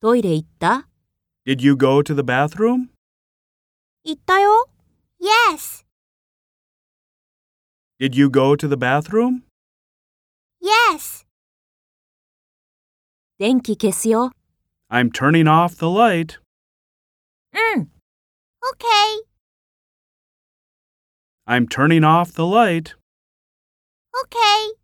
トイレ行った Did you go to the bathroom? 行ったよ。 Yes, Did you go to the bathroom? yes, 電気消すよ。 I'm turning off the light. うん。 okay, I'm turning off the light. okay.